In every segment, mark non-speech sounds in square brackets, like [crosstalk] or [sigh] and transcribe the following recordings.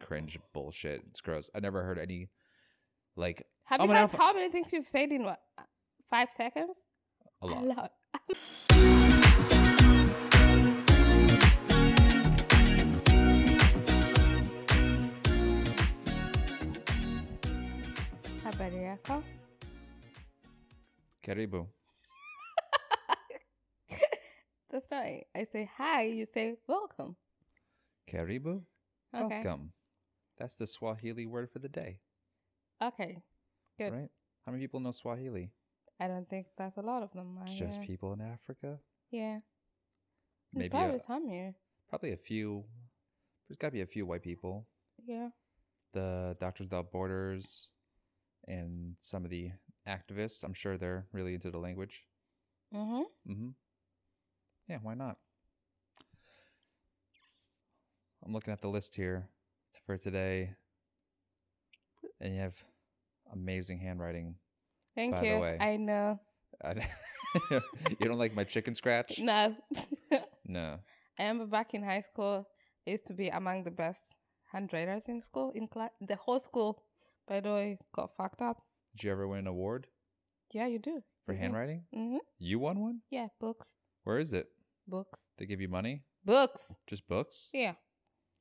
cringe bullshit. It's gross. I never heard any like Have I'm you an had alpha- how many things you've said in what five seconds? a lot. Habari yako? Karibu. [laughs] That's not it. I say hi, you say welcome. Karibu. Okay. Welcome. That's the Swahili word for the day, Okay. Good. right? How many people know Swahili? I don't think that's a lot of them. I, It's just uh, people in Africa. Yeah. Maybe Maybe probably a- some here. Probably a few. There's got to be a few white people. Yeah. The Doctors Without Borders and some of the activists. I'm sure they're really into the language. Mm-hmm. Mm-hmm. Yeah, why not? I'm looking at the list here t- for today, and you have amazing handwriting. [laughs] Thank By the you. way. I know. I d- you don't [laughs] like my chicken scratch? No. [laughs] No. I remember back in high school, I used to be among the best handwriters in school, in class. The whole school, by the way, got fucked up. Did you ever win an award Yeah, you do. for Mhm. handwriting? Mm-hmm. You won one? Yeah, books. Where is it? Books. They give you money? Books. Just books? Yeah.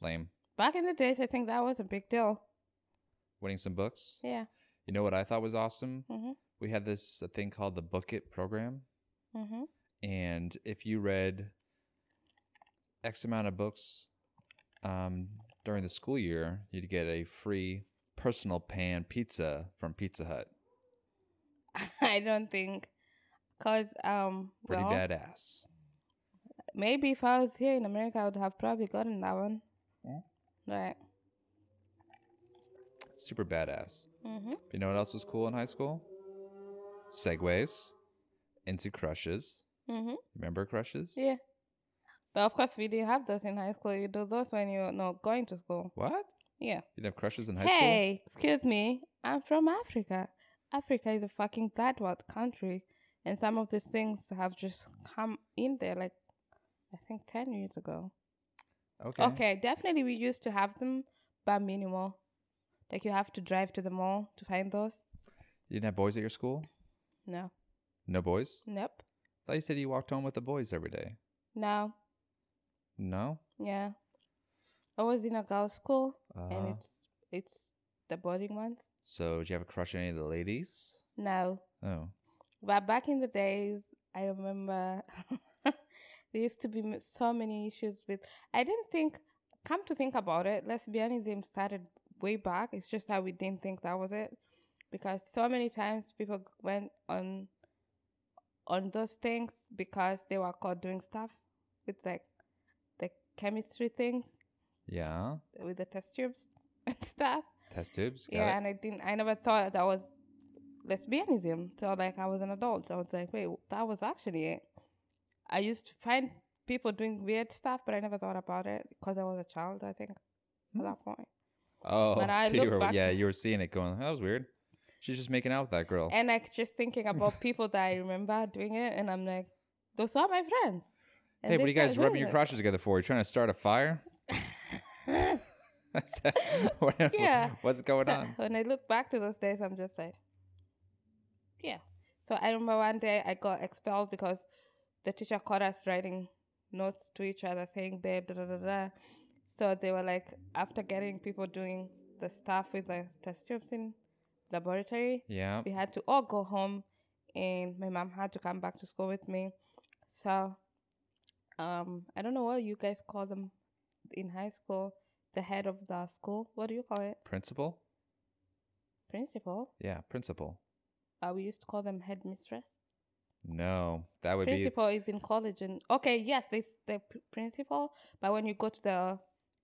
Lame. Back in the days, I think that was a big deal. Winning some books? Yeah. You know what I thought was awesome? Mm-hmm. We had this a thing called the Book It program. Mm-hmm. [laughs] and if you read x amount of books um, during the school year you'd get a free personal pan pizza from pizza hut I don't think, cause um, pretty well, badass maybe if I was here in America, I would have probably gotten that one. Yeah. Right. super badass Mm-hmm. you know what else was cool in high school segways into crushes Mm-hmm. remember crushes Yeah. But of course, we didn't have those in high school. You do those when you're not going to school. what Yeah. you didn't have crushes in high Hey, excuse me. I'm from Africa. Africa is a fucking third world country. And some of these things have just come in there like, I think 10 years ago. school okay Okay. definitely we used to have them, but minimal. Like you have to drive to the mall to find those. you didn't have boys at your school No. no boys Nope. thought you said you walked home with the boys every day No. no Yeah. I was in a girls' school, uh, and it's it's the boarding ones. so did you have a crush on any of the ladies No. Oh, But back in the days, I remember [laughs] there used to be m- so many issues with. I didn't think, come to think about it, lesbianism started way back. It's just that we didn't think that was it, because so many times people g- went on on those things because they were caught doing stuff with like the chemistry things yeah. with the test tubes [laughs] and stuff. Test tubes. Got Yeah, It. and I didn't. I never thought that was lesbianism till like I was an adult. I was like, wait, that was actually it. I used to find people doing weird stuff, but I never thought about it because I was a child. I think Hmm. at that point, Oh, when I [laughs] so you look were, back- yeah, you were seeing it going, that was weird. She's just making out with that girl. and like just thinking about people that I remember doing it, and I'm like, those are my friends. And hey, what they are you guys started rubbing doing your crotches together for? You trying to start a fire? [laughs] I said, [laughs] what, [laughs] Yeah. What's going So, on? When I look back to those days, I'm just like, yeah. So I remember one day I got expelled because the teacher caught us writing notes to each other saying, babe, da da da da. So they were like, after getting people doing the stuff with the test tubes in laboratory, Yeah. we had to all go home and my mom had to come back to school with me so um i don't know what you guys call them in high school the head of the school what do you call it Principal? principal Yeah, principal. uh, we used to call them headmistress No, that would principal is in college and okay yes it's the pr- principal but when you go to the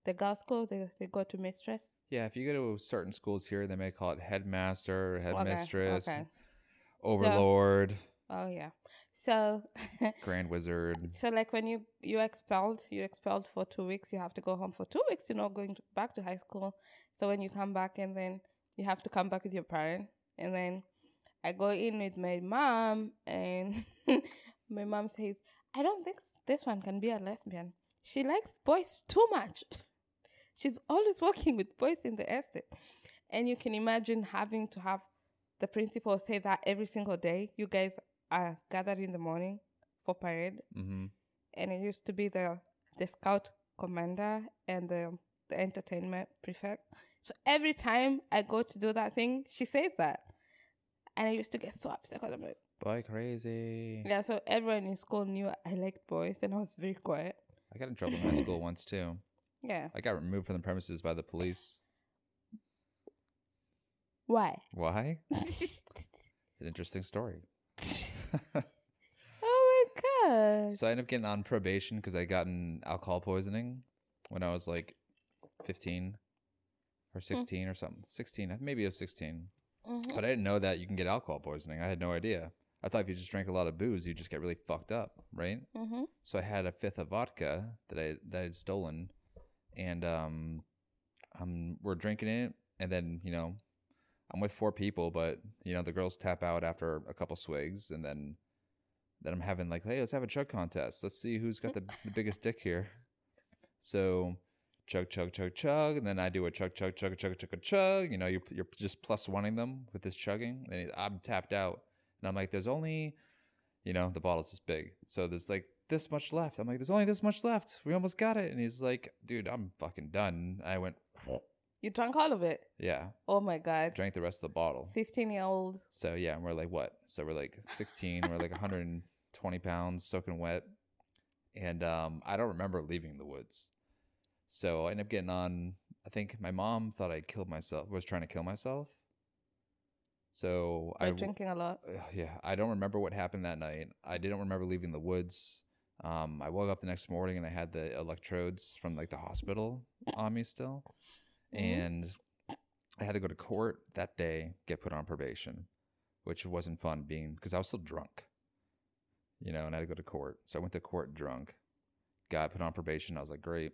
the girls school they, they go to mistress be. Yeah, if you go to certain schools here, they may call it headmaster, Okay, headmistress, okay. overlord, oh yeah so grand wizard. So like when you you expelled, you expelled for two weeks. You have to go home for two weeks. You're not going to, back to high school. So when you come back, and then you have to come back with your parent, and then I go in with my mom, and [laughs] my mom says, "I don't think s- this one can be a lesbian. She likes boys too much." [laughs] She's always working with boys in the estate. And you can imagine having to have the principal say that every single day. You guys are gathered in the morning for parade. Mm-hmm. And it used to be the, the scout commander and the, the entertainment prefect. So every time I go to do that thing, she says that. And I used to get so upset 'cause I'm like, Boy, crazy. yeah, so everyone in school knew I liked boys and I was very quiet. I got in trouble in high school once too. Yeah. I got removed from the premises by the police. [laughs] Why? [laughs] Why? It's an interesting story. oh my god. So I ended up getting on probation because I gotten alcohol poisoning when I was like 15 or 16 or something. 16, I- maybe I was 16. Mhm. But I didn't know that you can get alcohol poisoning. I had no idea. I thought if you just drank a lot of booze, you just get really fucked up, right? Mhm. So I had a fifth of vodka that I that I had stolen, and um, um, we're drinking it, and then you know, I'm with four people, but you know the girls tap out after a couple swigs, and then then I'm having like, hey, let's have a chug contest. Let's see who's got the, the biggest dick here. So chug chug chug chug, and then I do a chug chug chug chug chug chug. You know, you're you're just plus oneing them with this chugging, and I'm tapped out, and I'm like, there's only you know, the bottle's this big. So there's like this much left. I'm like, there's only this much left. We almost got it. And he's like, dude, I'm fucking done. I went, [laughs] You drank all of it. yeah, Oh my god. drank the rest of the bottle. 15 year old. So yeah, and we're like, what? So we're like 16, we're like 120 pounds, soaking wet. And um, I don't remember leaving the woods. So I ended up getting on. I think my mom thought I killed myself, was trying to kill myself. So By I drinking a lot. Ugh, yeah, I don't remember what happened that night. I didn't remember leaving the woods. Um, I woke up the next morning and I had the electrodes from like the hospital on me still, Mhm. and I had to go to court that day, get put on probation, which wasn't fun being because I was still drunk, you know, and I had to go to court. So I went to court drunk, got put on probation. I was like, great.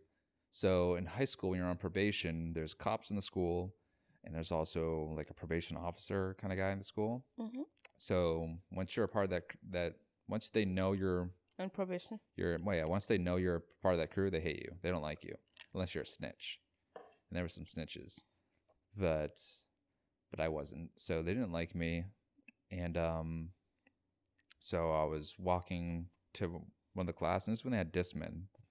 So in high school, when you're on probation, there's cops in the school, and there's also like a probation officer kind of guy in the school. Mhm. So once you're a part of that, cr- that once they know you're On probation. you're well, yeah, once they know you're a part of that crew, they hate you. They don't like you unless you're a snitch. And there were some snitches, but but I wasn't, so they didn't like me. And um, so I was walking to one of the classes. And this is when they had Discman, a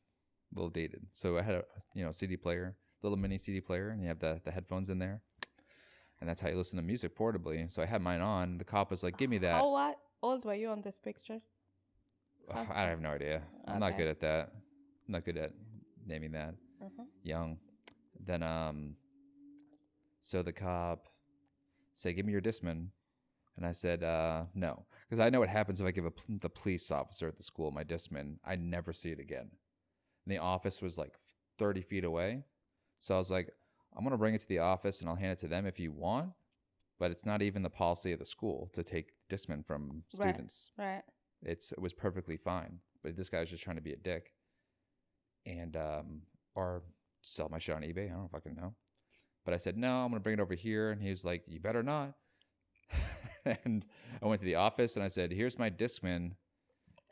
little dated. So I had a you know CD player, little mini CD player, and you have the the headphones in there. And that's how you listen to music portably. So I had mine on. The cop was like, "Give me that." How what old were you on this picture? Ugh, I have no idea. I'm not Okay. good at that. I'm not good at naming that. Mhm. Young. Then um so the cop said, Give me your discman. And I said, uh, no. Because I know what happens if I give a, pl- the police officer at the school my discman. I never see it again. And the office was like 30 feet away. So I was like, I'm going to bring it to the office and I'll hand it to them if you want. But it's not even the policy of the school to take discman from students Right. it's it was perfectly fine. But this guy was just trying to be a dick, and um, or sell my shit on eBay. I don't fucking know. But I said no. I'm gonna bring it over here, and he was like, "You better not." [laughs] and I went to the office and I said, "Here's my Discman."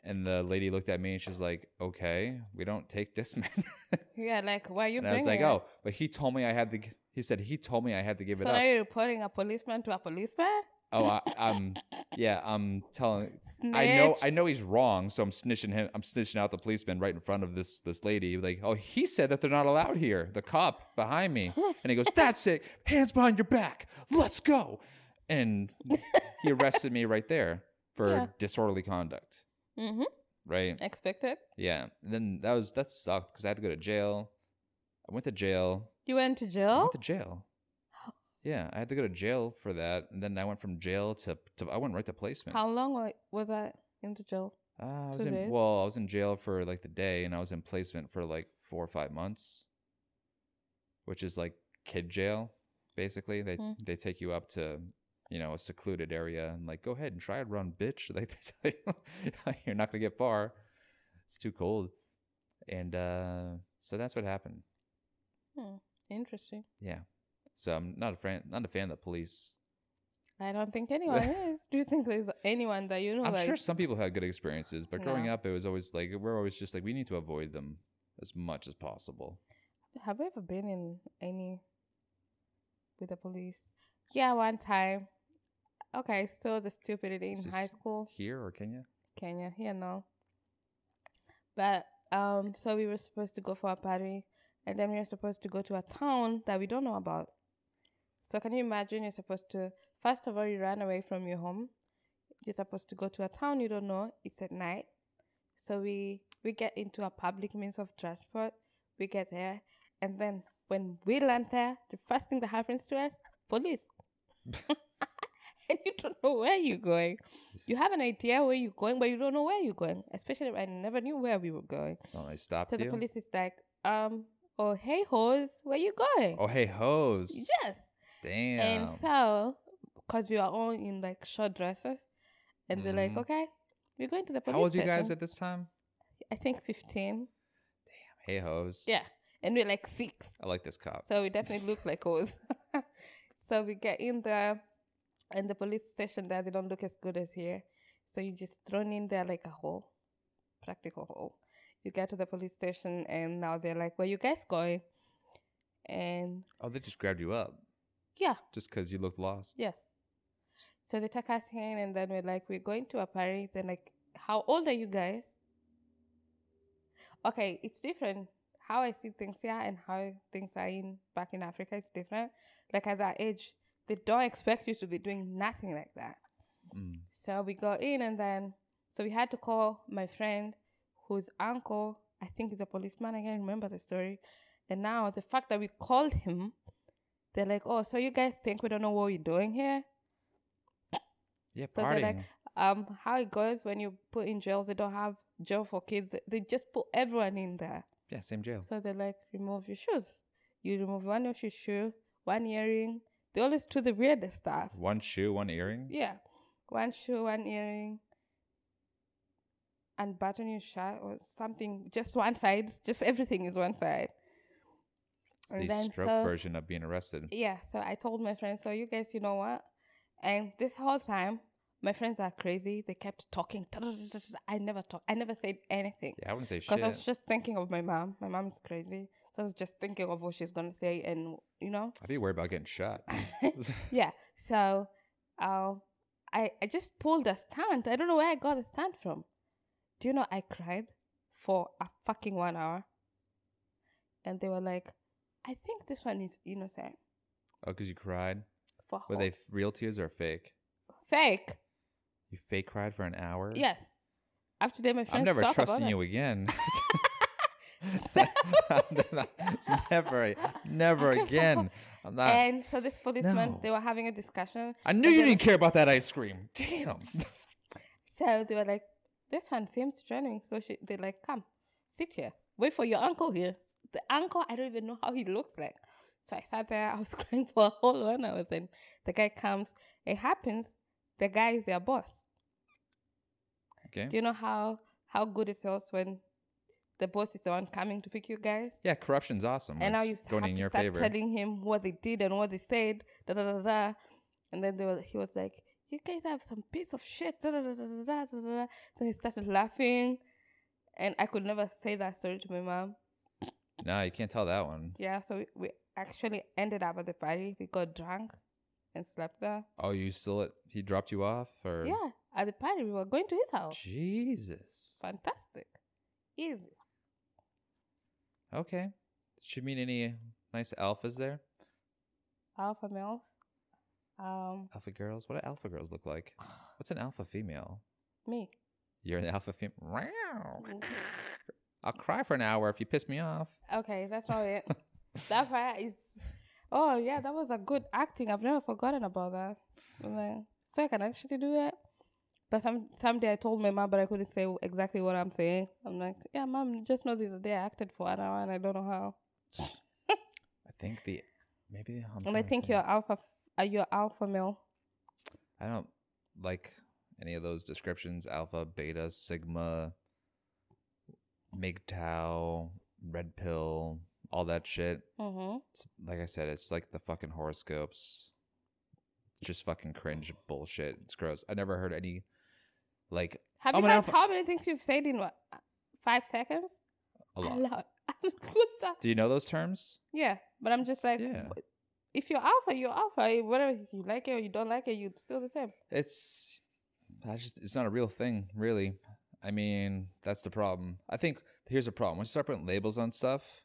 And the lady looked at me and she's like, "Okay, we don't take Discman." [laughs] Yeah, like why you and I was like, bringing it? "Oh, but he told me I had to." g- He said he told me I had to give So it now up. you're reporting a policeman to a policeman? Oh, I, I'm yeah. I'm telling. Snitch. I know I know he's wrong, so I'm snitching him I'm snitching out the policeman right in front of this this lady. Like, oh he said that they're not allowed here. The cop behind [laughs] me. And he goes, That's it. Hands behind your back. Let's go. And [laughs] he arrested me right there for Yeah. disorderly conduct. Mm-hmm. Right. Expected. Yeah. And then that was that sucked because I had to go to jail. I went to jail. You went to I jail? went to jail. Yeah, I had to go to jail for that. And then I went from jail to, to I went right to placement. How long wa- was I in the jail? Uh, I was Two in days? well, I was in jail for like the day, and I was in placement for like four or five months, which is like kid jail, basically. They Mm. they take you up to you know a secluded area and like go ahead and try and run, bitch. [laughs] Like they tell you, you're not gonna get far. It's too cold, and uh, so that's what happened. Interesting. Yeah, so I'm not a fan, not a fan of the police. I don't think [laughs] anyone is. Do you think there's anyone that you know? I'm like, sure some people had good experiences, but growing No. up, it was always like we're always just like we need to avoid them as much as possible. Have I ever been in any with the police? Yeah, one time. Okay, still the stupidity Is in high this school. Here or Kenya? Kenya. Yeah, no. But um, so we were supposed to go for a party, and then we were supposed to go to a town that we don't know about. So can you imagine? You're supposed to first of all you run away from your home. You're supposed to go to a town you don't know. It's at night, so we we get into a public means of transport. We get there, and then when we land there, the first thing that happens to us, police. [laughs] and you don't know where you're going. You have an idea where you're going, but you don't know where you're going. Especially, I never knew where we were going. Somebody stopped So the you. police is like, um, oh hey hoes, where you going? Oh hey hoes! Yes. Damn. And so, because we were all in like short dresses, and they're like, Mhm. okay, we're going to the police How old you guys station." at this time? I think fifteen. Hey hoes! Yeah, and we're like six. I like this cop. So we definitely look like hoes. [laughs] so we get in there, and the police station there, they don't look as good as here. So you just thrown in there like a hole, practical hole. You get to the police station, and now they're like, "Where you guys going?" And Oh, they just grabbed you up yeah, just because you looked lost. yes. So they took us in, and then we're like, "We're going to a party." Then like, "How old are you guys?" Okay, it's different. How I see things here and how things are in back in Africa is different. Like at our age, they don't expect you to be doing nothing like that. Mm. So we go in and then so we had to call my friend whose uncle I think is a policeman. I can't remember the story. And now the fact that we called him, they're like, Oh, so you guys think we don't know what we're doing here? Yeah, So they're partying. like, Um, how it goes when you put in jails, they don't have jail for kids. They just put everyone in there. yeah, same jail. So they're like, remove your shoes. You remove one of your shoe, one earring. They always do the weirdest stuff. One shoe, one earring. Yeah. One shoe, one earring. And button your shirt or something. Just one side. Just everything is one side. It's and the then stroke so- version of being arrested. Yeah. So I told my friends, so you guys, you know what? And this whole time, my friends are crazy. They kept talking. [laughs] I never talk. I never said anything. Yeah, I wouldn't say Because shit. I was just thinking of my mom. My mom's crazy. So I was just thinking of what she's going to say and, you know. I'd be worried about getting [laughs] shot. [laughs] Yeah. So um, I, I just pulled a stunt. I don't know where I got the stunt from. Do you know I cried for a fucking one hour? And they were like, I think this one is innocent. Oh, because you cried? For Were they f- real tears or fake? fake? You fake cried for an hour? Yes. After today, my friends I'm never talk trusting [laughs] about you [laughs] again. [laughs] never, never Okay, so- again. I'm It. not. And so this policeman, Ah. No. they were having a discussion. I knew and you they didn't care about that ice cream. Damn. [laughs] So they were like, this one seems genuine. So she, they're like, come, sit here. Wait for your uncle here. The uncle, I don't even know how he looks like. So I sat there. [laughs] I was crying for a whole one hour. Then the guy comes. It happens. The guy is their boss. okay. Do you know how how good it feels when the boss is the one coming to pick you guys? Yeah, corruption's awesome. when and now it's you s- going have in to your start favor. telling him what they did and what they said. Da da da da. And then they were, he was like, "You guys have some piece of shit." Da, da, da, da, da, da, da, da. So he started laughing, and I could never say that story to my mom. no, you can't tell that one. Yeah, so we, we actually ended up at the party. We got drunk and slept there. Oh, you still at, he dropped you off or Yeah, at the party we were going to his house. Jesus. Fantastic, easy. Okay. Did you meet any nice alphas there? Alpha males. Um, Alpha girls? What do alpha girls look [sighs] like? What's an alpha female? me. You're an alpha [laughs] female. I'll cry for an hour if you piss me off. Okay, that's not [laughs] it. that part is. Oh yeah, that was a good acting. I've never forgotten about that. I'm like, so I can actually do that. But some someday I told my mom, but I couldn't say exactly what I'm saying. I'm like, yeah, mom, just know this day I acted for an hour and I don't know how. I think the maybe. I'm And I trying to think you're alpha, f- uh, you're alpha male. I don't like any of those descriptions: alpha, beta, sigma, MGTOW, red pill, all that shit. Mm-hmm. It's, like I said, it's like the fucking horoscopes. Just fucking cringe bullshit. It's gross. I never heard any like Have I'm you an heard alpha. how many things you've said in what, five seconds? [laughs] a lot. lot. scooter. Do you know those terms? Yeah, but I'm just like, Yeah. if you're alpha, you're alpha. Whether you like it or you don't like it, you're still the same. It's I just it's not a real thing, really. I mean, that's the problem. I think here's a problem. Once you start putting labels on stuff,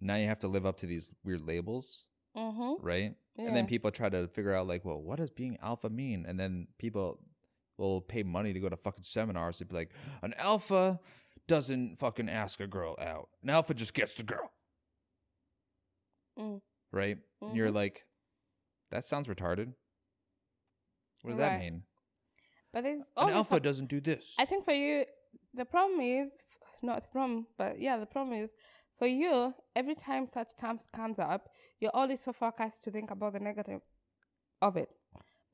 now you have to live up to these weird labels, Mm-hmm. right? Yeah. And then people try to figure out like, well, what does being alpha mean? And then people will pay money to go to fucking seminars and be like, an alpha doesn't fucking ask a girl out. An alpha just gets the girl. Mm. Right? And you're Mhm. like, that sounds retarded. What does that Right. mean? but it's An always alpha hap- doesn't do this. I think for you, the problem is not the problem, but yeah, the problem is for you. Every time such terms comes up, you're always so focused to think about the negative of it,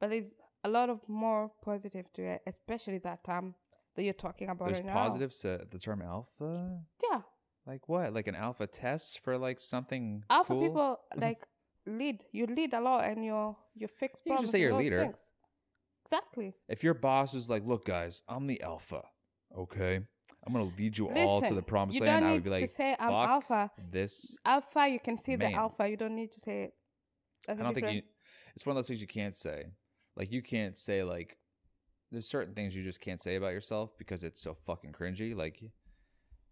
but there's a lot of more positive to it, especially that term that you're talking about there's right positive to the term alpha. now. Yeah, Like what? Like an alpha test for like something alpha cool? [laughs] people like lead. You lead a lot, and you're you fix You can problems. just say and you're a those leader. things. Exactly. If your boss is like, "Look, guys, I'm the alpha. Okay, I'm gonna lead you all to Listen, the promised you land," don't I would need be to like, say, "I'm "Fuck alpha." This. Alpha, you can see Man. the alpha. You don't need to say it. That's I the don't think you. difference. It's one of those things you can't say. Like you can't say like. There's certain things you just can't say about yourself because it's so fucking cringy. Like,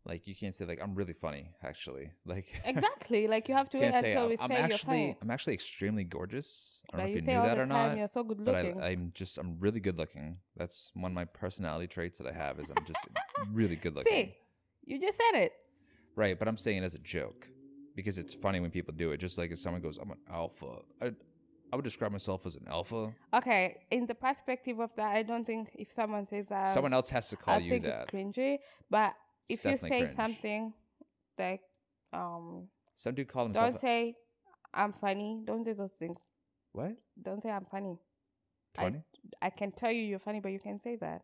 like you can't say like I'm really funny actually. Like exactly. Like you have to wait can't say until I'm, we I'm say you're actually funny. I'm actually extremely gorgeous. I don't But know you if say you knew all that the or time not. you're so good but looking. I, I'm just I'm really good looking. That's one of my personality traits that I have is I'm just really good looking. see, you just said it. Right, but I'm saying it as a joke because it's funny when people do it. Just like if someone goes, "I'm an alpha," I I would describe myself as an alpha. Okay, in the perspective of that, I don't think if someone says that, someone else has to call Uh, I you think that. it's cringy. But It's if you definitely say cringe. something like, um, Some dude called don't himself. say I'm funny. Don't say those things. what? Don't say I'm funny. I- Funny? I can tell you you're funny, but you can say that.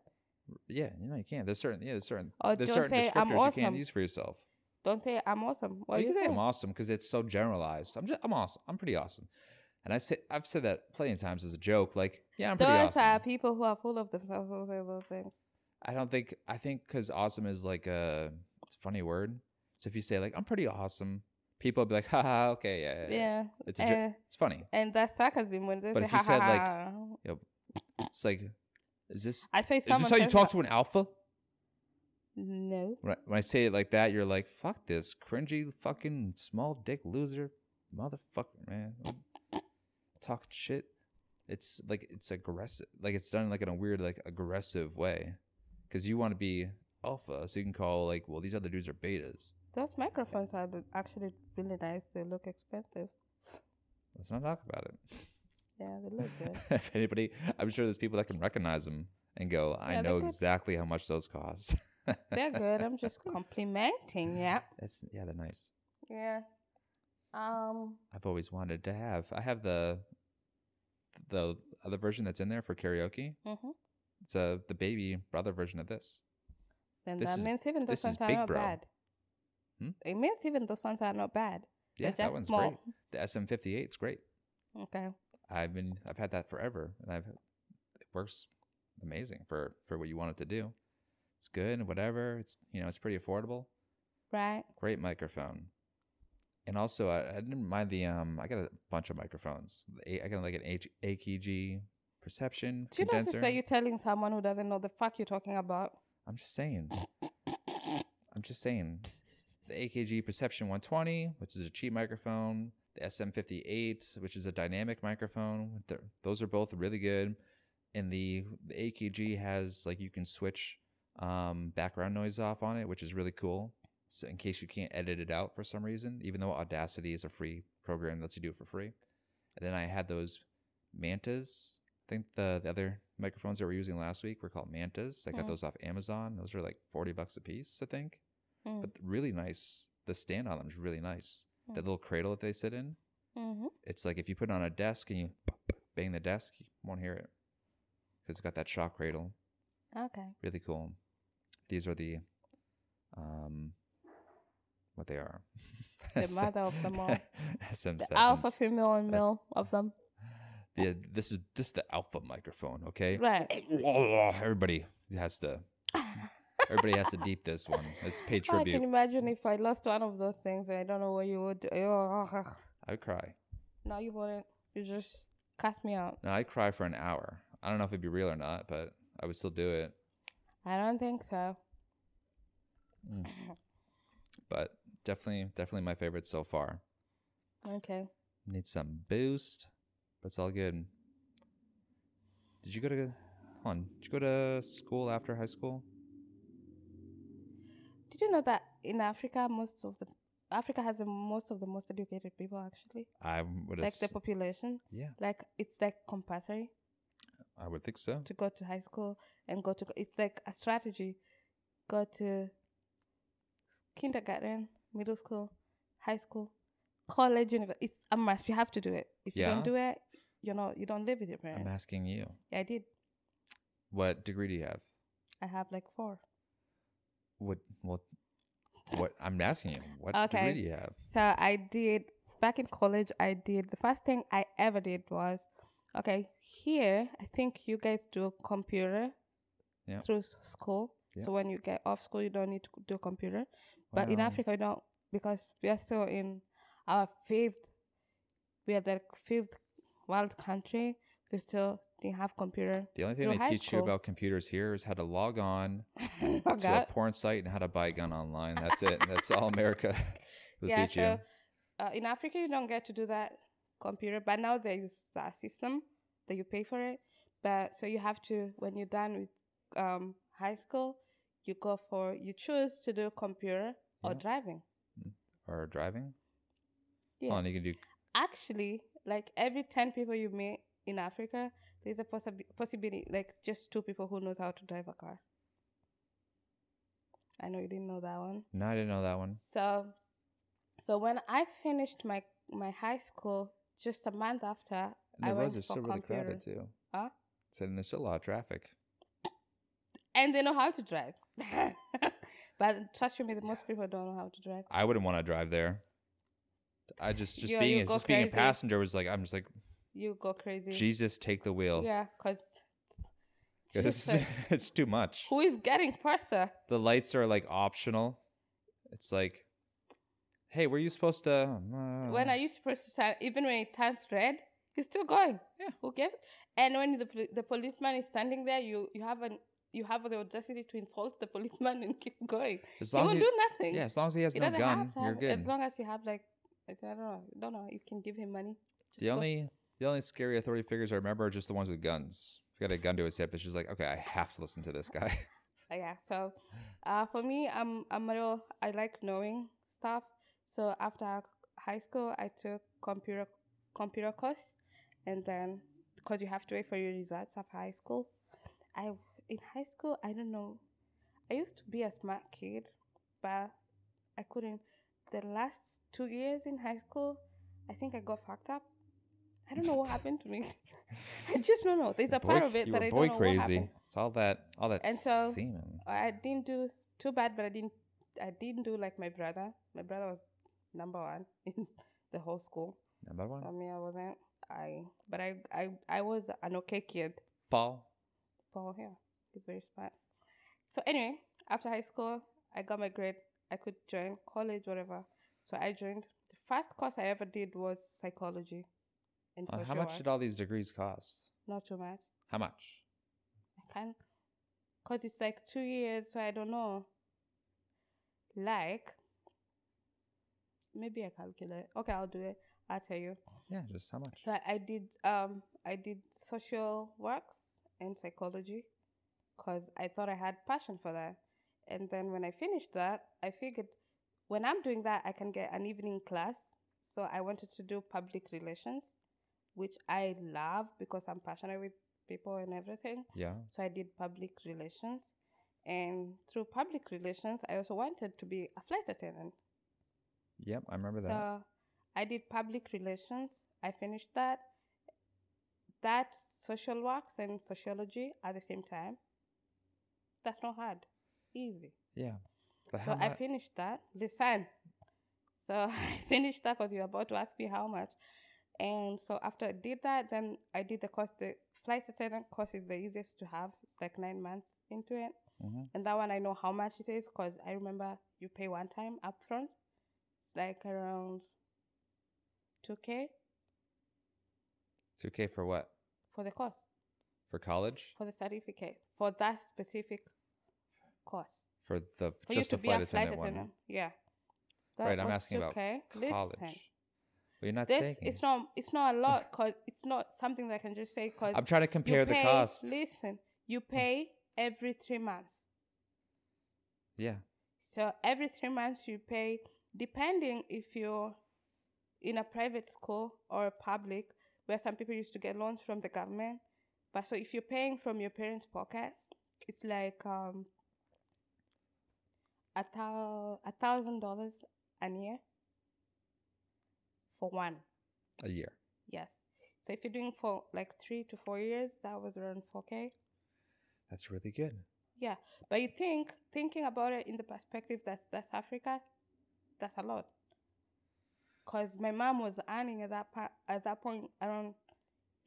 yeah, you know you can't. There's certain. Yeah, there's certain. Or there's Oh, don't certain say, descriptors "I'm you can't awesome." use for yourself. Don't say I'm awesome. What you you, can say saying? I'm awesome because it's so generalized. I'm just I'm awesome. I'm pretty awesome. And I say I've said that plenty of times as a joke. Like yeah, I'm pretty Those awesome. are people who are full of themselves who say those things. I don't think I think because awesome is like a it's a funny word. So if you say like I'm pretty awesome, people be like, [laughs] "Ha ha, okay, yeah, yeah, yeah." Yeah. Eh, It's a jo- eh. it's funny. And that's sarcasm when they But say, if you ha, said, ha, like- ha. It's like, is this I say is someone this how you says talk that- to an alpha? No. When I, when I say it like that, you're like, fuck this cringy fucking small dick loser, motherfucker, man. Talk shit. It's like it's aggressive. Like it's done like in a weird like aggressive way, because you want to be alpha, so you can call like, well, these other dudes are betas. Those microphones are the- actually really nice. They look expensive. Let's not talk about it. Yeah, they [laughs] look good. if anybody, I'm sure there's people that can recognize them and go, I Yeah, they're know good. exactly how much those cost. [laughs] They're good. I'm just complimenting. Yeah. That's yeah, they're nice. Yeah. Um. I've always wanted to have. I have the the other version that's in there for karaoke. mhm. It's uh the baby brother version of this. Then This that is- means even those this is ones are big, not bro. bad. Hmm? It means even those ones are not bad. Yeah, They're that just one's small. great. The SM58 is great. Okay. I've been I've had that forever, and I've it works amazing for for what you want it to do. It's good and whatever. It's you know it's pretty affordable. Right. Great microphone. And also, I, I didn't mind the um. I got a bunch of microphones. The A- I got like an H, AKG perception Do you not condenser. just say you're telling someone who doesn't know the fuck you're talking about? I'm just saying. I'm just saying. The AKG Perception 120, which is a cheap microphone, the SM58, which is a dynamic microphone. They're, those are both really good. And the, the AKG has like you can switch um, background noise off on it, which is really cool. So in case you can't edit it out for some reason, even though Audacity is a free program that lets you do it for free. And then I had those Mantas. I think the, the other microphones that we're using last week were called Mantas. I got Mhm. those off Amazon. Those are like 40 bucks a piece, I think. Mm. But really nice. The stand on them is really nice. Mm. That little cradle that they sit in, Mm-hmm. it's like if you put it on a desk and you bang the desk, you won't hear it because it's got that shock cradle. Okay. Really cool. These are the, um, what they are. [laughs] The mother of them all. SM The alpha, 7s. female, and That's- male of [laughs] them. Yeah, this is [laughs] this is the alpha microphone, okay? Right. Everybody has to Everybody has to deep this one. Let's pay [laughs] Oh, I can tribute. imagine if I lost one of those things. I don't know what you would do. Oh, I would cry. no, you wouldn't. You just cast me out. No, I cry for an hour. I don't know if it'd be real or not, but I would still do it. I don't think so. But definitely, definitely my favorite so far. Okay. Need some boost, but it's all good. Did you go to? Hold on. Did you go to school after high school? Did you know that in Africa, most of the Africa has the most of the most educated people actually, I would. like the ass- population. yeah, Like it's like compulsory I would think so. to go to high school and go to. It's like a strategy. Go to kindergarten, middle school, high school, college, university. It's a must. You have to do it. If you Yeah. don't do it, you know you don't live with your I'm parents. asking you. Yeah, I did. What degree do you have? I have like four. What? What? What? I'm asking you. What Okay. degree do you have? So I did back in college. I did the first thing I ever did was okay. Here, I think you guys do a computer Yeah. through s- school. Yeah. So when you get off school, you don't need to do a computer. But in Wow. Africa, we don't because we are still in our fifth. We are the fifth world country. We still didn't have [coughs] computer. The only thing through they high teach school. you about computers here is how to log on Oh, to God. a porn site and how to buy a gun online. That's it. That's all America [laughs] will teach you. So, uh, in Africa, you don't get to do that computer, but now there is a system that you pay for it. But so you have to, when you're done with um, high school, you go for, you choose to do computer or Yeah. driving. Or driving? Yeah. Hold on, you can do Actually, like every 10 people you meet in Africa, there's a possi- possibility, like just two people who knows how to drive a car. I know you didn't know that one. No, I didn't know that one. So, so when I finished my my high school, just a month after, And I the roads went are for still really computer, crowded too. Huh? So then there's still a lot of traffic. and they know how to drive. [laughs] but trust me, the most people don't know how to drive. I wouldn't want to drive there. I just just You- being you a, go just being a crazy. passenger was like I'm just like You go crazy. Jesus, take the wheel. Yeah, because Yeah, [laughs] this is, [laughs] it's too much. [laughs] who is getting faster? The lights are like optional. It's like, hey, were you supposed to? uh, When Uh-huh. are you supposed to turn? Even when it turns red, you're still going. Yeah. Who gives? And when the poli- the policeman is standing there, you you have an you have the audacity to insult the policeman [laughs] and keep going. as You long won't as he, do nothing. yeah, as long as he has It no doesn't gun, have to you're have, good. As long as you have like, I don't know, don't know, you can give him money. Just The go- only the only scary authority figures I remember are just the ones with guns. If you got a gun to his hip, it's just like, okay, I have to listen to this guy. [laughs] Uh, yeah. So, uh, for me, I'm I'm a real. I like knowing stuff. So after high school, I took computer computer course, and then because you have to wait for your results of high school, I in high school I don't know. I used to be a smart kid, but I couldn't. The last two years in high school, I think I got fucked up. I don't know what happened to me. [laughs] I just don't know. There's a part Boy- of it you that were I boy don't know what crazy. happened. It's all that all that And so- semen. I didn't do too bad, but I didn't I didn't do like my brother. My brother was number one [laughs] in the whole school. Number one, I mean, I wasn't. I but I I I was an okay kid. Paul. Paul, yeah, he's very smart. So anyway, after high school, I got my grade. I could join college, whatever. So I joined. The first course I ever did was psychology, and On Uh, social how much work. did all these degrees cost? Not too much. How much? I can't, cause it's like two years, so I don't know. Like, maybe I calculate. Okay, I'll do it. I'll tell you. Yeah, just how much? So I, I did um I did social works and psychology, cause I thought I had passion for that. And then when I finished that, I figured when I'm doing that, I can get an evening class. So I wanted to do public relations, which I love because I'm passionate with people and everything. Yeah. So I did public relations. And through public relations, I also wanted to be a flight attendant. Yep, I remember so that. I did public relations. I finished that. That social works and sociology at the same time. That's not hard. Easy. Yeah. But So how I much? finished that. Listen. So [laughs] I finished that because you're about to ask me how much. And so after I did that, then I did the course. The flight attendant course is the easiest to have. It's like nine months into it. hmm And that one I know how much it is because I remember you pay one time upfront. It's like around 2K 2K for what? for the course, For college? for the certificate, for that specific course. For the For just the you to flight be a flight attendant one? attendant. Yeah. Right, I'm was asking about 2K. College. Listen. Well, you're not this saying. it's not it's not a lot because it's not something that I can just say because I'm trying to compare the cost. Listen, you pay every three months. yeah. So every three months you pay, depending if you're in a private school or a public, where some people used to get loans from the government. But so if you're paying from your parents' pocket, it's like um a thou- a thousand dollars a year for one. A year. Yes. So if you're doing for like three to four years, that was around four k. That's really good. Yeah, but you think thinking about it in the perspective that's that's Africa, that's a lot. Cause my mom was earning at that pa- at that point around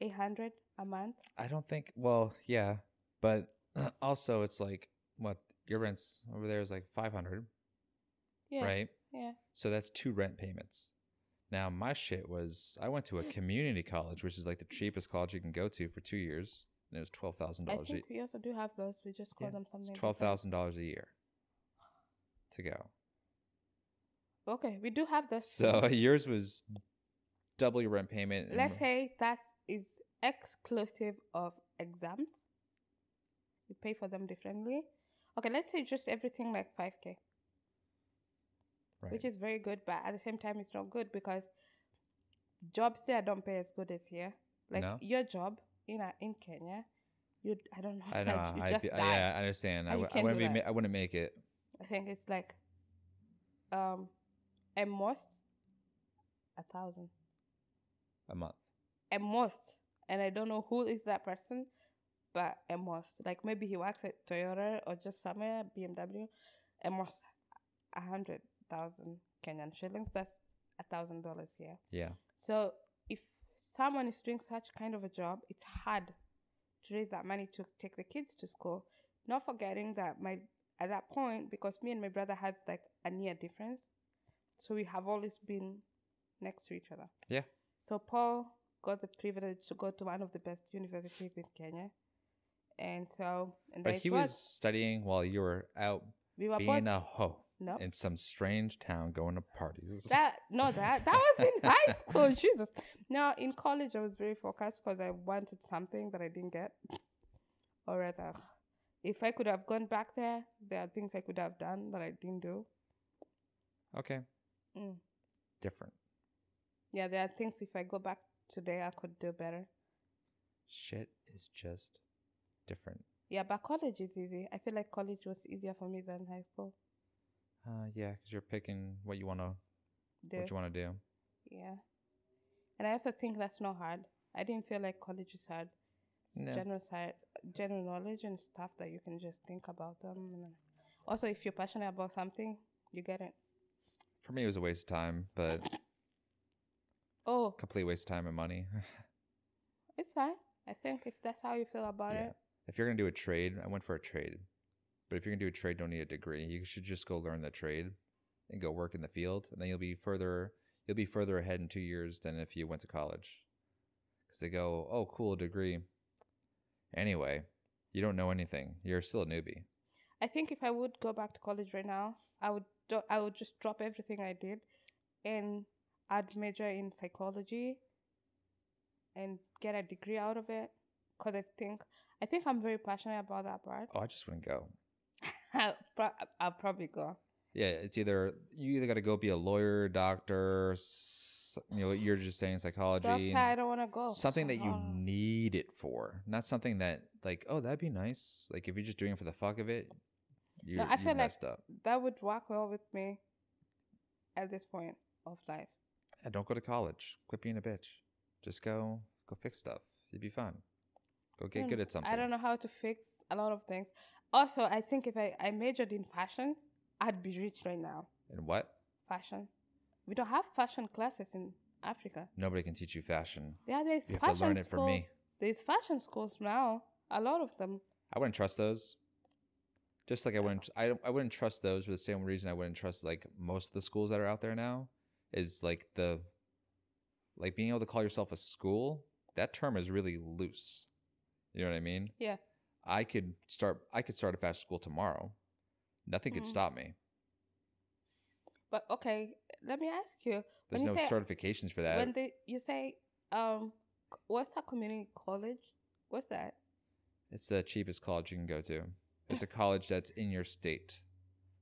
eight hundred a month. I don't think. Well, yeah, but [clears throat] also it's like what your rent's over there is like five hundred, Yeah, right? Yeah, So that's two rent payments. Now my shit was I went to [sighs] a community college, which is like the cheapest college you can go to for two years, and it was twelve thousand I dollars. think we also do have those. We just call Yeah, them something. It's different. twelve thousand dollars a year to go. Okay, we do have those. [laughs] [laughs] So yours was double your rent payment. and- Let's say that is exclusive of exams. You pay for them differently. Okay, let's say just everything like five k. right. which is very good, but at the same time, it's not good because jobs there don't pay as good as here. Like No? [laughs] your job in a, in Kenya, you I don't [laughs] know, I know. you I, just d- die. yeah, I understand. I, And w- you I can't wouldn't do be. Ma- that. I wouldn't make it. I think it's like, um, at most a thousand, a month. at most, and I don't know who is that person, but at most, like maybe he works at Toyota or just somewhere BMW, at most a hundred thousand Kenyan shillings. That's a thousand dollars here. Yeah. So if someone is doing such kind of a job, it's hard to raise that money to take the kids to school. Not forgetting that my at that point, because me and my brother had like a near difference, so we have always been next to each other. Yeah. So Paul got the privilege to go to one of the best universities in Kenya, and so and But there it he was, studying while you were out we were being both a hoe no in some strange town going to parties. that no that that was in [laughs] high school jesus no in college i was very focused because i wanted something that i didn't get or rather if i could have gone back there there are things i could have done that i didn't do [laughs] okay. Mm. Different. yeah there are things if i go back today i could do better Shit is just different. yeah but college is easy i feel like college was easier for me than high school Uh, yeah, because you're picking what you want to do. what you want to do. yeah and i also think that's not hard i didn't feel like college is hard It's No. general sci- general knowledge and stuff that you can just think about them. and- Also, if you're passionate about something, you get it. For me, it was a waste of time, but Oh, complete waste of time and money. it's fine. I think if that's how you feel about Yeah. it, if you're gonna do a trade, I went for a trade. But if you're gonna do a trade, don't need a degree. You should just go learn the trade and go work in the field, and then you'll be further you'll be further ahead in two years than if you went to college. Because they go, oh, cool, a degree. Anyway, you don't know anything. You're still a newbie. I think if I would go back to college right now, I would do- I would just drop everything I did, and I'd major in psychology, and get a degree out of it. Cause I think I think I'm very passionate about that part. Oh, I just wouldn't go. I'll, pro- I'll probably go. Yeah, it's either you either got to go be a lawyer, doctor, s- you know, what you're just saying psychology, Doctor, I don't want to go. something that you Uh-uh. need it for, not something that like, oh, that'd be nice. Like if you're just doing it for the fuck of it, you, No, I you feel like- messed up. that would work well with me at this point of life. Yeah, don't go to college. Quit being a bitch. Just go, go fix stuff. It'd be fun. Go I get don't good know- at something. Hmm, I don't know how to fix a lot of things. Also, I think if I, I majored in fashion, I'd be rich right now. And what? Fashion. We don't have fashion classes in Africa. Nobody can teach you fashion. Yeah, there's You have to fashion learn it from school- me. There's fashion schools now. A lot of them. I wouldn't trust those. Just like I wouldn't, I don't, I wouldn't trust those for the same reason I wouldn't trust like most of the schools that are out there now. Is like the, like being able to call yourself a school. That term is really loose. You know what I mean? Yeah. I could start. I could start a fast school tomorrow. Nothing Mhm. could stop me. But okay, let me ask you. There's When no you say- certifications for that. When they you say um c- what's that community college? What's that? It's the cheapest college you can go to. It's a college that's in your state.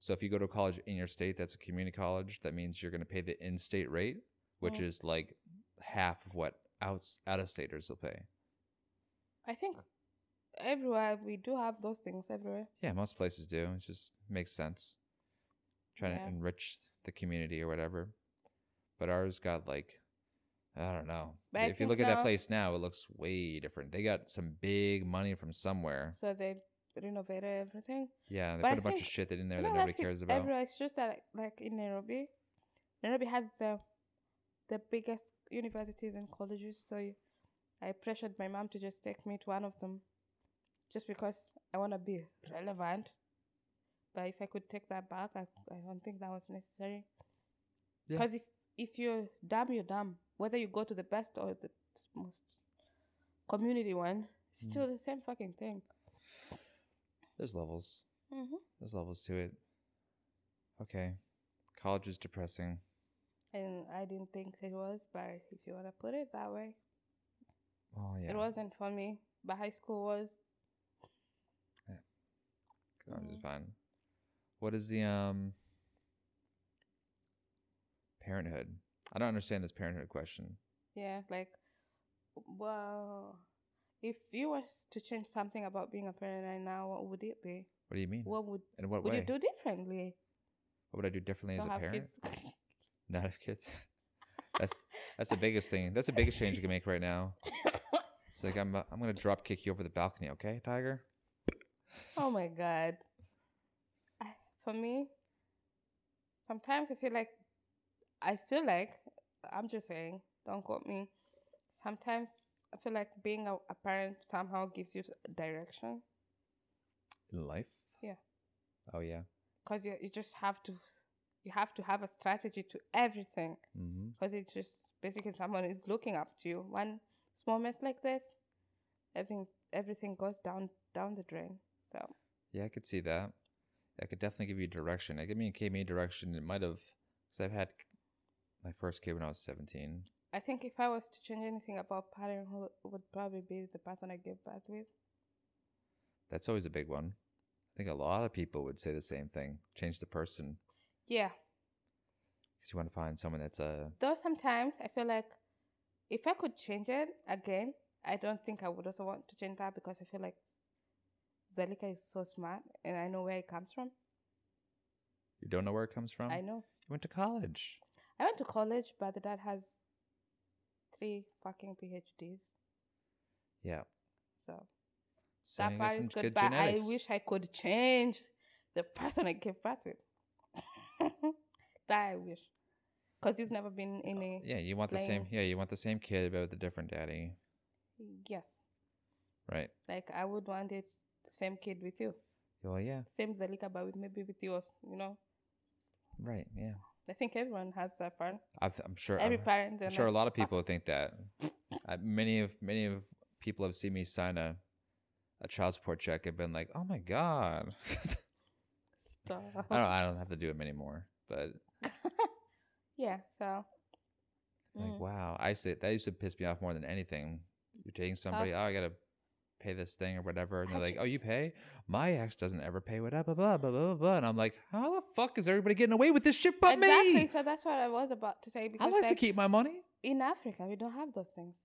So if you go to a college in your state that's a community college, that means you're going to pay the in-state rate, which Mm. is like half of what out out of staters will pay. I think everywhere we do have those things everywhere. Yeah, most places do. It just makes sense. Trying Yeah. to enrich the community or whatever. But ours got like I don't know. But I if you think look at that now- place now, it looks way different. They got some big money from somewhere. So they renovated everything. Yeah, they But I put a bunch of think- shit in there No, that that's nobody it cares about. Everywhere. It's just that like, like in Nairobi, Nairobi has the the biggest universities and colleges. So you- I pressured my mom to just take me to one of them, just because I want to be relevant. But if I could take that back, I, I don't think that was necessary. Yeah. Because if if you're dumb, you're dumb. Whether you go to the best or the most community one, it's still Mm. the same fucking thing. There's levels. Mm-hmm. There's levels to it. Okay. College is depressing. And I didn't think it was, but if you want to put it that way, Oh yeah. it wasn't for me. But high school was. College is Mhm. fine. What is the um parenthood? I don't understand this parenthood question. Yeah, like, well, if you were to change something about being a parent right now, what would it be? What do you mean? What would In Hmm. what would way? you do differently? what would I do differently as a Don't have parent? kids. [laughs] Not have kids. [laughs] that's that's the biggest thing. That's the biggest change you can make right [laughs] now. It's like I'm uh, I'm gonna drop kick you over the balcony, okay, Tiger? oh my god. I, for me, sometimes I feel like, I feel like, I'm just saying, don't quote me. Sometimes I feel like being a, a parent somehow gives you direction. In life? Yeah. Oh yeah. because you, you just have to you have to have a strategy to everything Mm-hmm. because it's just basically someone is looking up to you one small mess like this everything everything goes down down the drain so Yeah, I could see that. I could definitely give you direction. It gave me gave me direction. It might have because I've had k- my first kid when I was seventeen. i think if i was to change anything about parenthood it would probably be the person i gave birth with That's always a big one. I think a lot of people would say the same thing. Change the person yeah because you want to find someone that's uh, a though sometimes i feel like if i could change it again i don't think i would also want to change that because i feel like zalika is so smart and i know where it comes from you don't know where it comes from. i know You went to college. I went to college, but the dad has three fucking PhDs. Yeah, So so that you got part some is good, good but genetics. I wish I could change the person I gave birth with. [laughs] that I wish. Because he's never been in a. yeah, you want the same. plain- Yeah, you want the same kid, but with a different daddy, Yes. right? Like, I would want it, the same kid with you. Well, yeah, Same Zalika, but with, maybe with yours, you know? right, yeah. I think everyone has that part. I've, I'm sure. Every I've- parent. I'm sure a lot of people think that. I, many of many of people have seen me sign a a child support check and been like, "Oh my god." [laughs] [laughs] I don't. I don't have to do them anymore. But yeah, so. like, mm. wow, I say that used to piss me off more than anything. You're dating somebody. Oh, I gotta pay this thing or whatever, and I they're like, "Oh, you just- pay." My ex doesn't ever pay. What blah blah blah blah blah blah. And I'm like, how the fuck is everybody getting away with this shit but exactly. me? So that's what I was about to say. I Because like to like, keep my money. in Africa, we don't have those things.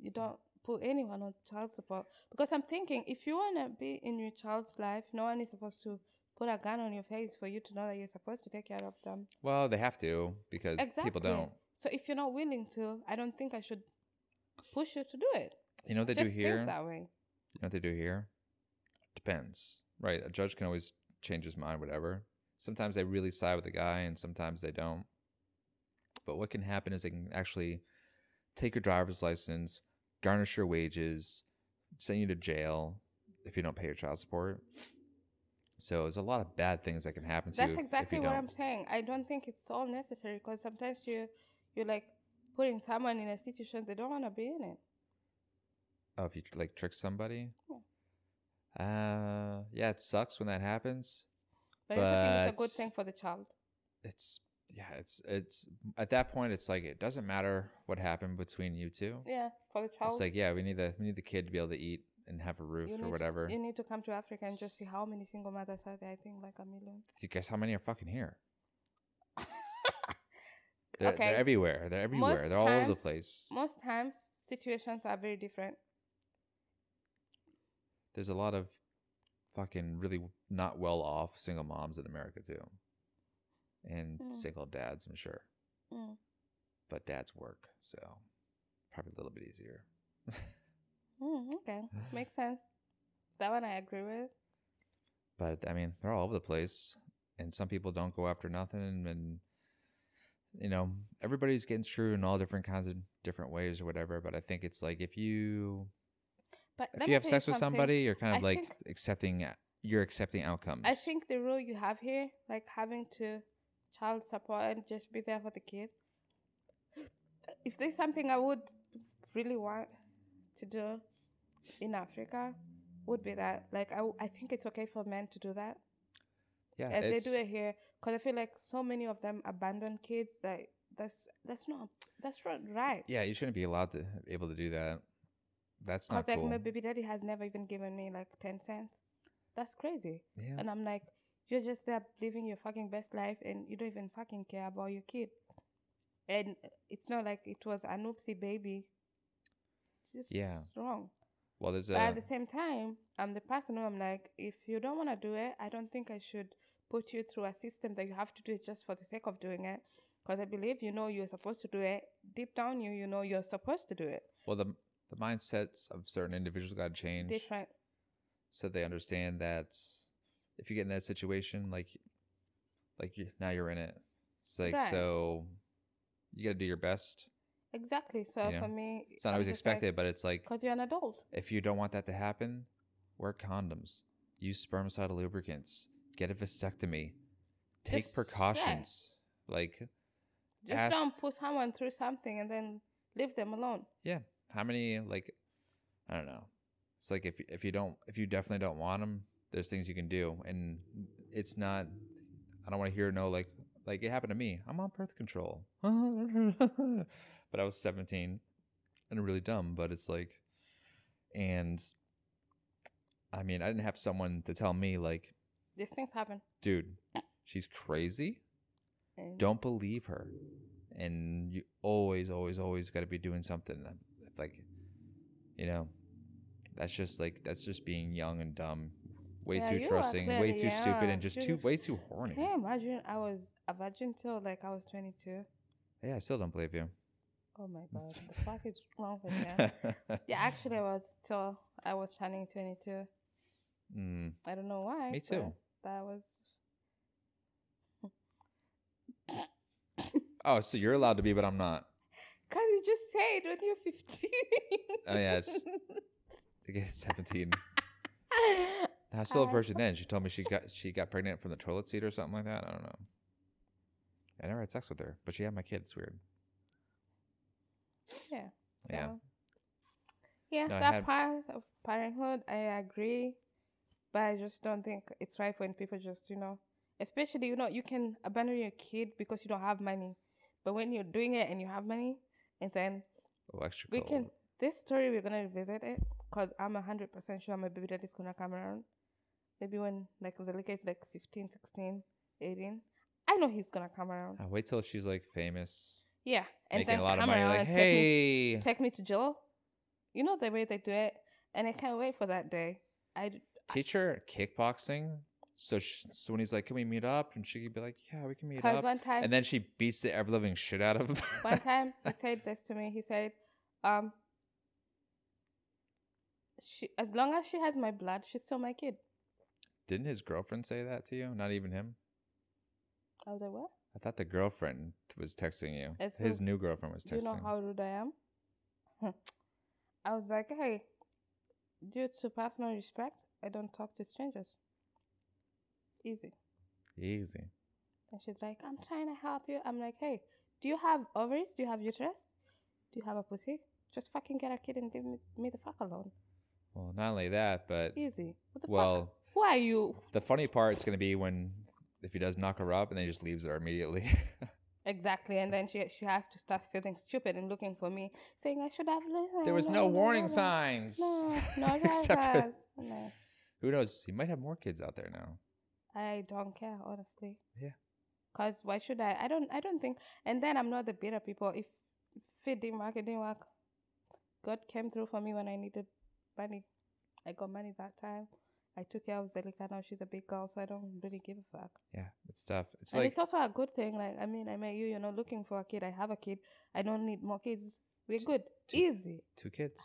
You don't put anyone on child support because I'm thinking if you wanna be in your child's life, no one is supposed to put a gun on your face for you to know that you're supposed to take care of them. Well, they have to because people don't. So if you're not willing to, I don't think I should push you to do it. You know what they Just do here. think that way. You know what they do here? Depends. Right. A judge can always change his mind, whatever. Sometimes they really side with the guy and sometimes they don't. But what can happen is they can actually take your driver's license, garnish your wages, send you to jail if you don't pay your child support. So there's a lot of bad things that can happen to you. That's if- if you exactly what don't. I'm saying. I don't think it's all necessary because sometimes you you're like putting someone in a situation they don't want to be in it. Oh, if you tr- like trick somebody. Yeah. Uh, yeah, it sucks when that happens. But, I think it's a But- good thing for the child. It's yeah, it's it's at that point it's like it doesn't matter what happened between you two. Yeah, for the child. It's like yeah, we need the we need the kid to be able to eat and have a roof you or need whatever. To, you need to come to Africa and just see how many single mothers are there. I think like a million. you guess how many are fucking [laughs] here? They're, Okay. they're everywhere. They're everywhere. Most they're all over the times- place. Most times situations are very different. There's a lot of fucking really not well off single moms in America too, and Mm. single dads. I'm sure, Mm. but dads work, so probably a little bit easier. Mm, okay, makes sense. That one I agree with. but I mean, they're all over the place, and some people don't go after nothing, and, and you know, everybody's getting screwed in all different kinds of different ways or whatever. But I think it's like if you But if let you me have tell sex with something. somebody, you're kind of I like think- accepting you're accepting outcomes. I think the rule you have here, like having to child support and just be there for the kid, if there's something I would really want to do in Africa, would be that. Like, I, w- I think it's okay for men to do that. yeah, As they do Uh, it's- it here, because I feel like so many of them abandon kids. That that's that's not that's not right. yeah, you shouldn't be allowed to able to do that. That's not Because like cool. my baby daddy has never even given me like ten cents. That's crazy. yeah, And I'm like, you're just there living your fucking best life and you don't even fucking care about your kid. And it's not like it was an oopsie baby. It's just Yeah. wrong. well, there's but a at the same time, I'm the person who I'm like, if you don't want to do it, I don't think I should put you through a system that you have to do it just for the sake of doing it. Because I believe you know you're supposed to do it. Deep down, you you know you're supposed to do it. well the the mindsets of certain individuals got to change. Different. so they understand that if you get in that situation, like, like you, now you're in it. It's like Right. so, you got to do your best. Exactly. So Yeah. for me, It's not always expected, but it's like Because you're an adult. if you don't want that to happen, wear condoms, use spermicidal lubricants, get a vasectomy, take Just- yeah. precautions. Like, Just Ask- don't put someone through something and then leave them alone. yeah, how many like, I don't know. It's like if if you don't if you definitely don't want them, there's things you can do, and it's not. I don't want to hear no like like it happened to me. I'm on birth control, [laughs] but I was 17 and really dumb. But it's like, and I mean, I didn't have someone to tell me like, These things happen. dude, she's crazy. And Don't believe her, and you always, always, always got to be doing something. Like, you know, that's just like that's just being young and dumb, way Yeah, too you are trusting, way clearly too stupid, young. and just You're too just- way too horny. Can you imagine I was a virgin till like I was 22? Yeah, I still don't believe you. Oh my god, the fuck is wrong with [laughs] me? [laughs] Yeah, actually, I was till I was turning 22. Mm, I don't know why. me but too. That was. Oh, so you're allowed to be, but I'm not. Because you just said when you're 15. Oh, yeah, [laughs] it's- I guess 17. I was still a Uh, virgin then. She told me she got she got pregnant from the toilet seat or something like that. I don't know. I never had sex with her, but she had my kid. It's weird. yeah. [laughs] Yeah. So, Yeah, No, I that had- part of parenthood, I agree, but I just don't think it's right when people just, you know, especially you know, you can abandon your kid because you don't have money, but when you're doing it and you have money, and then Oh, extra we cold. can this story we're gonna revisit it because I'm hundred percent sure my baby daddy's gonna come around. Maybe when like Zelika is like 15, 16, 18. I know he's gonna come around. Ah, wait till she's like famous, Yeah, and making then a lot of come money. around Like, and take me hey, take me to jail. You know the way they do it, and I can't wait for that day. I d- teach her kickboxing. So, sh so when he's like, "Can we meet up?" and she could be like, "Yeah, we can meet because up." one time, and then she beats the ever living shit out of him. [laughs] one time he said this to me. He said, um, she as long as she has my blood, she's still my kid. [laughs] Didn't his girlfriend say that to you? Not even him. I was like, what? I thought the girlfriend was texting you. That's his who- new girlfriend was texting. Do you know how rude I am? [laughs] I was like, hey, due to personal respect, I don't talk to strangers. easy. Easy. And she's like, I'm trying to help you. I'm like, hey, do you have ovaries? Do you have uterus? Do you have a pussy? Just fucking get a kid and leave me, me the fuck alone. Well, not only that, but Easy. What the well, fuck? Who are you? the funny part's gonna be when if he does knock her up and then he just leaves her immediately. [laughs] Exactly. And then she she has to start feeling stupid and looking for me, saying I should have listened. there was no warning sign. signs. No, [laughs] no Except for- drivers. No. who knows? He might have more kids out there now. I don't care, honestly. Yeah. Cause why should I? I don't. I don't think. And then I'm not the bitter people. If, if it didn't work, it didn't work. God came through for me when I needed money. I got money that time. I took care of Zelika. Now she's a big girl, so I don't really give a fuck. Yeah, it's tough. It's and like it's also a good thing. Like I mean, I met you. You're not looking for a kid. I have a kid. I don't need more kids. We're good. two- Easy. two kids.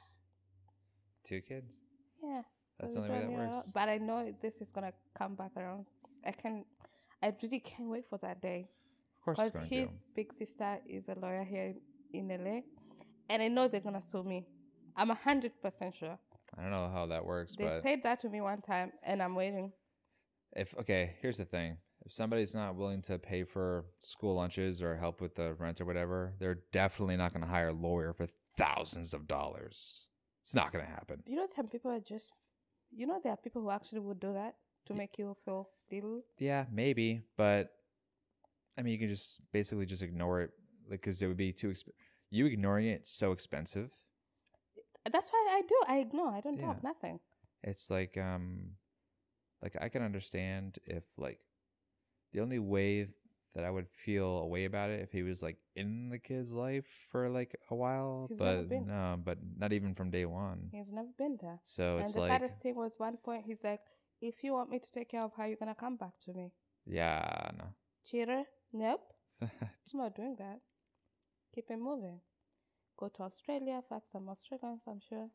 Two kids. Yeah. That's the Doesn't only way that drive me works. around. But I know this is gonna come back around. I can. I really can't wait for that day. of course, it's Because going his to. big sister is a lawyer here in LA, and I know they're gonna sue me. I'm a hundred percent sure. I don't know how that works, They but said that to me one time, and I'm waiting. if okay, here's the thing: if somebody's not willing to pay for school lunches or help with the rent or whatever, they're definitely not going to hire a lawyer for thousands of dollars. It's not going to happen. You know, some people are just. You know, there are people who actually would do that to make you feel little. Yeah, maybe, but I mean, you can just basically just ignore it, like because it would be too exp- you ignoring it. It's so expensive. That's why I do. I ignore. I don't talk. Nothing. It's like um, like I can understand if like the only way that I would feel a way about it if he was like in the kid's life for like a while, He's never but been. no, but not even from day one. He's never been there. So and it's the like saddest thing was one point he's like, "If you want me to take care of her, you're gonna come back to me." yeah, Cheater? Nope. no, [laughs] I'm not doing that. Keep it moving. Go to Australia, fuck some Australians, I'm sure.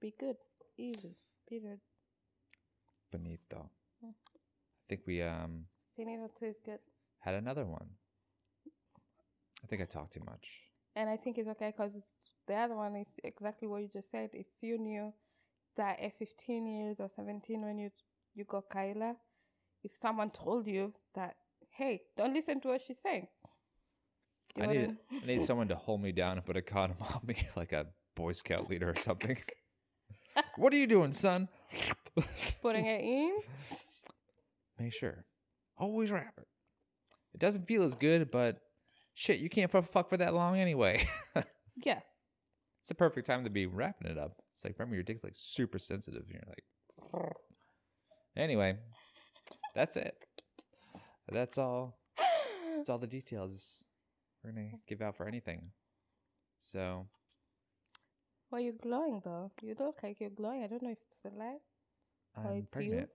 Be good. Easy. Period. Benito. I Mm. think we um Finito too is good. had another one. I think I talked too much. And I think it's okay because the other one is exactly what you just said. If you knew that at 15 years or 17 when you you got Kyla, if someone told you that, hey, don't listen to what she's saying. Do you I know what need I need someone to hold me down and put a condom [laughs] on me like a Boy Scout leader or something. what are you doing, son? [laughs] putting it in. Make sure. Always wrap it. It doesn't feel as good, but shit, you can't fu- fuck for that long anyway. [laughs] Yeah. it's the perfect time to be wrapping it up. It's like remember your dick's like super sensitive and you're like Anyway, that's it. That's all. That's all the details we're gonna give out for anything. So Well, you're glowing though. You look like you're glowing. I don't know if it's a lie. I'm it's you? pregnant.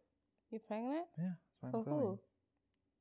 You're pregnant? Yeah, that's why I'm For glowing. who?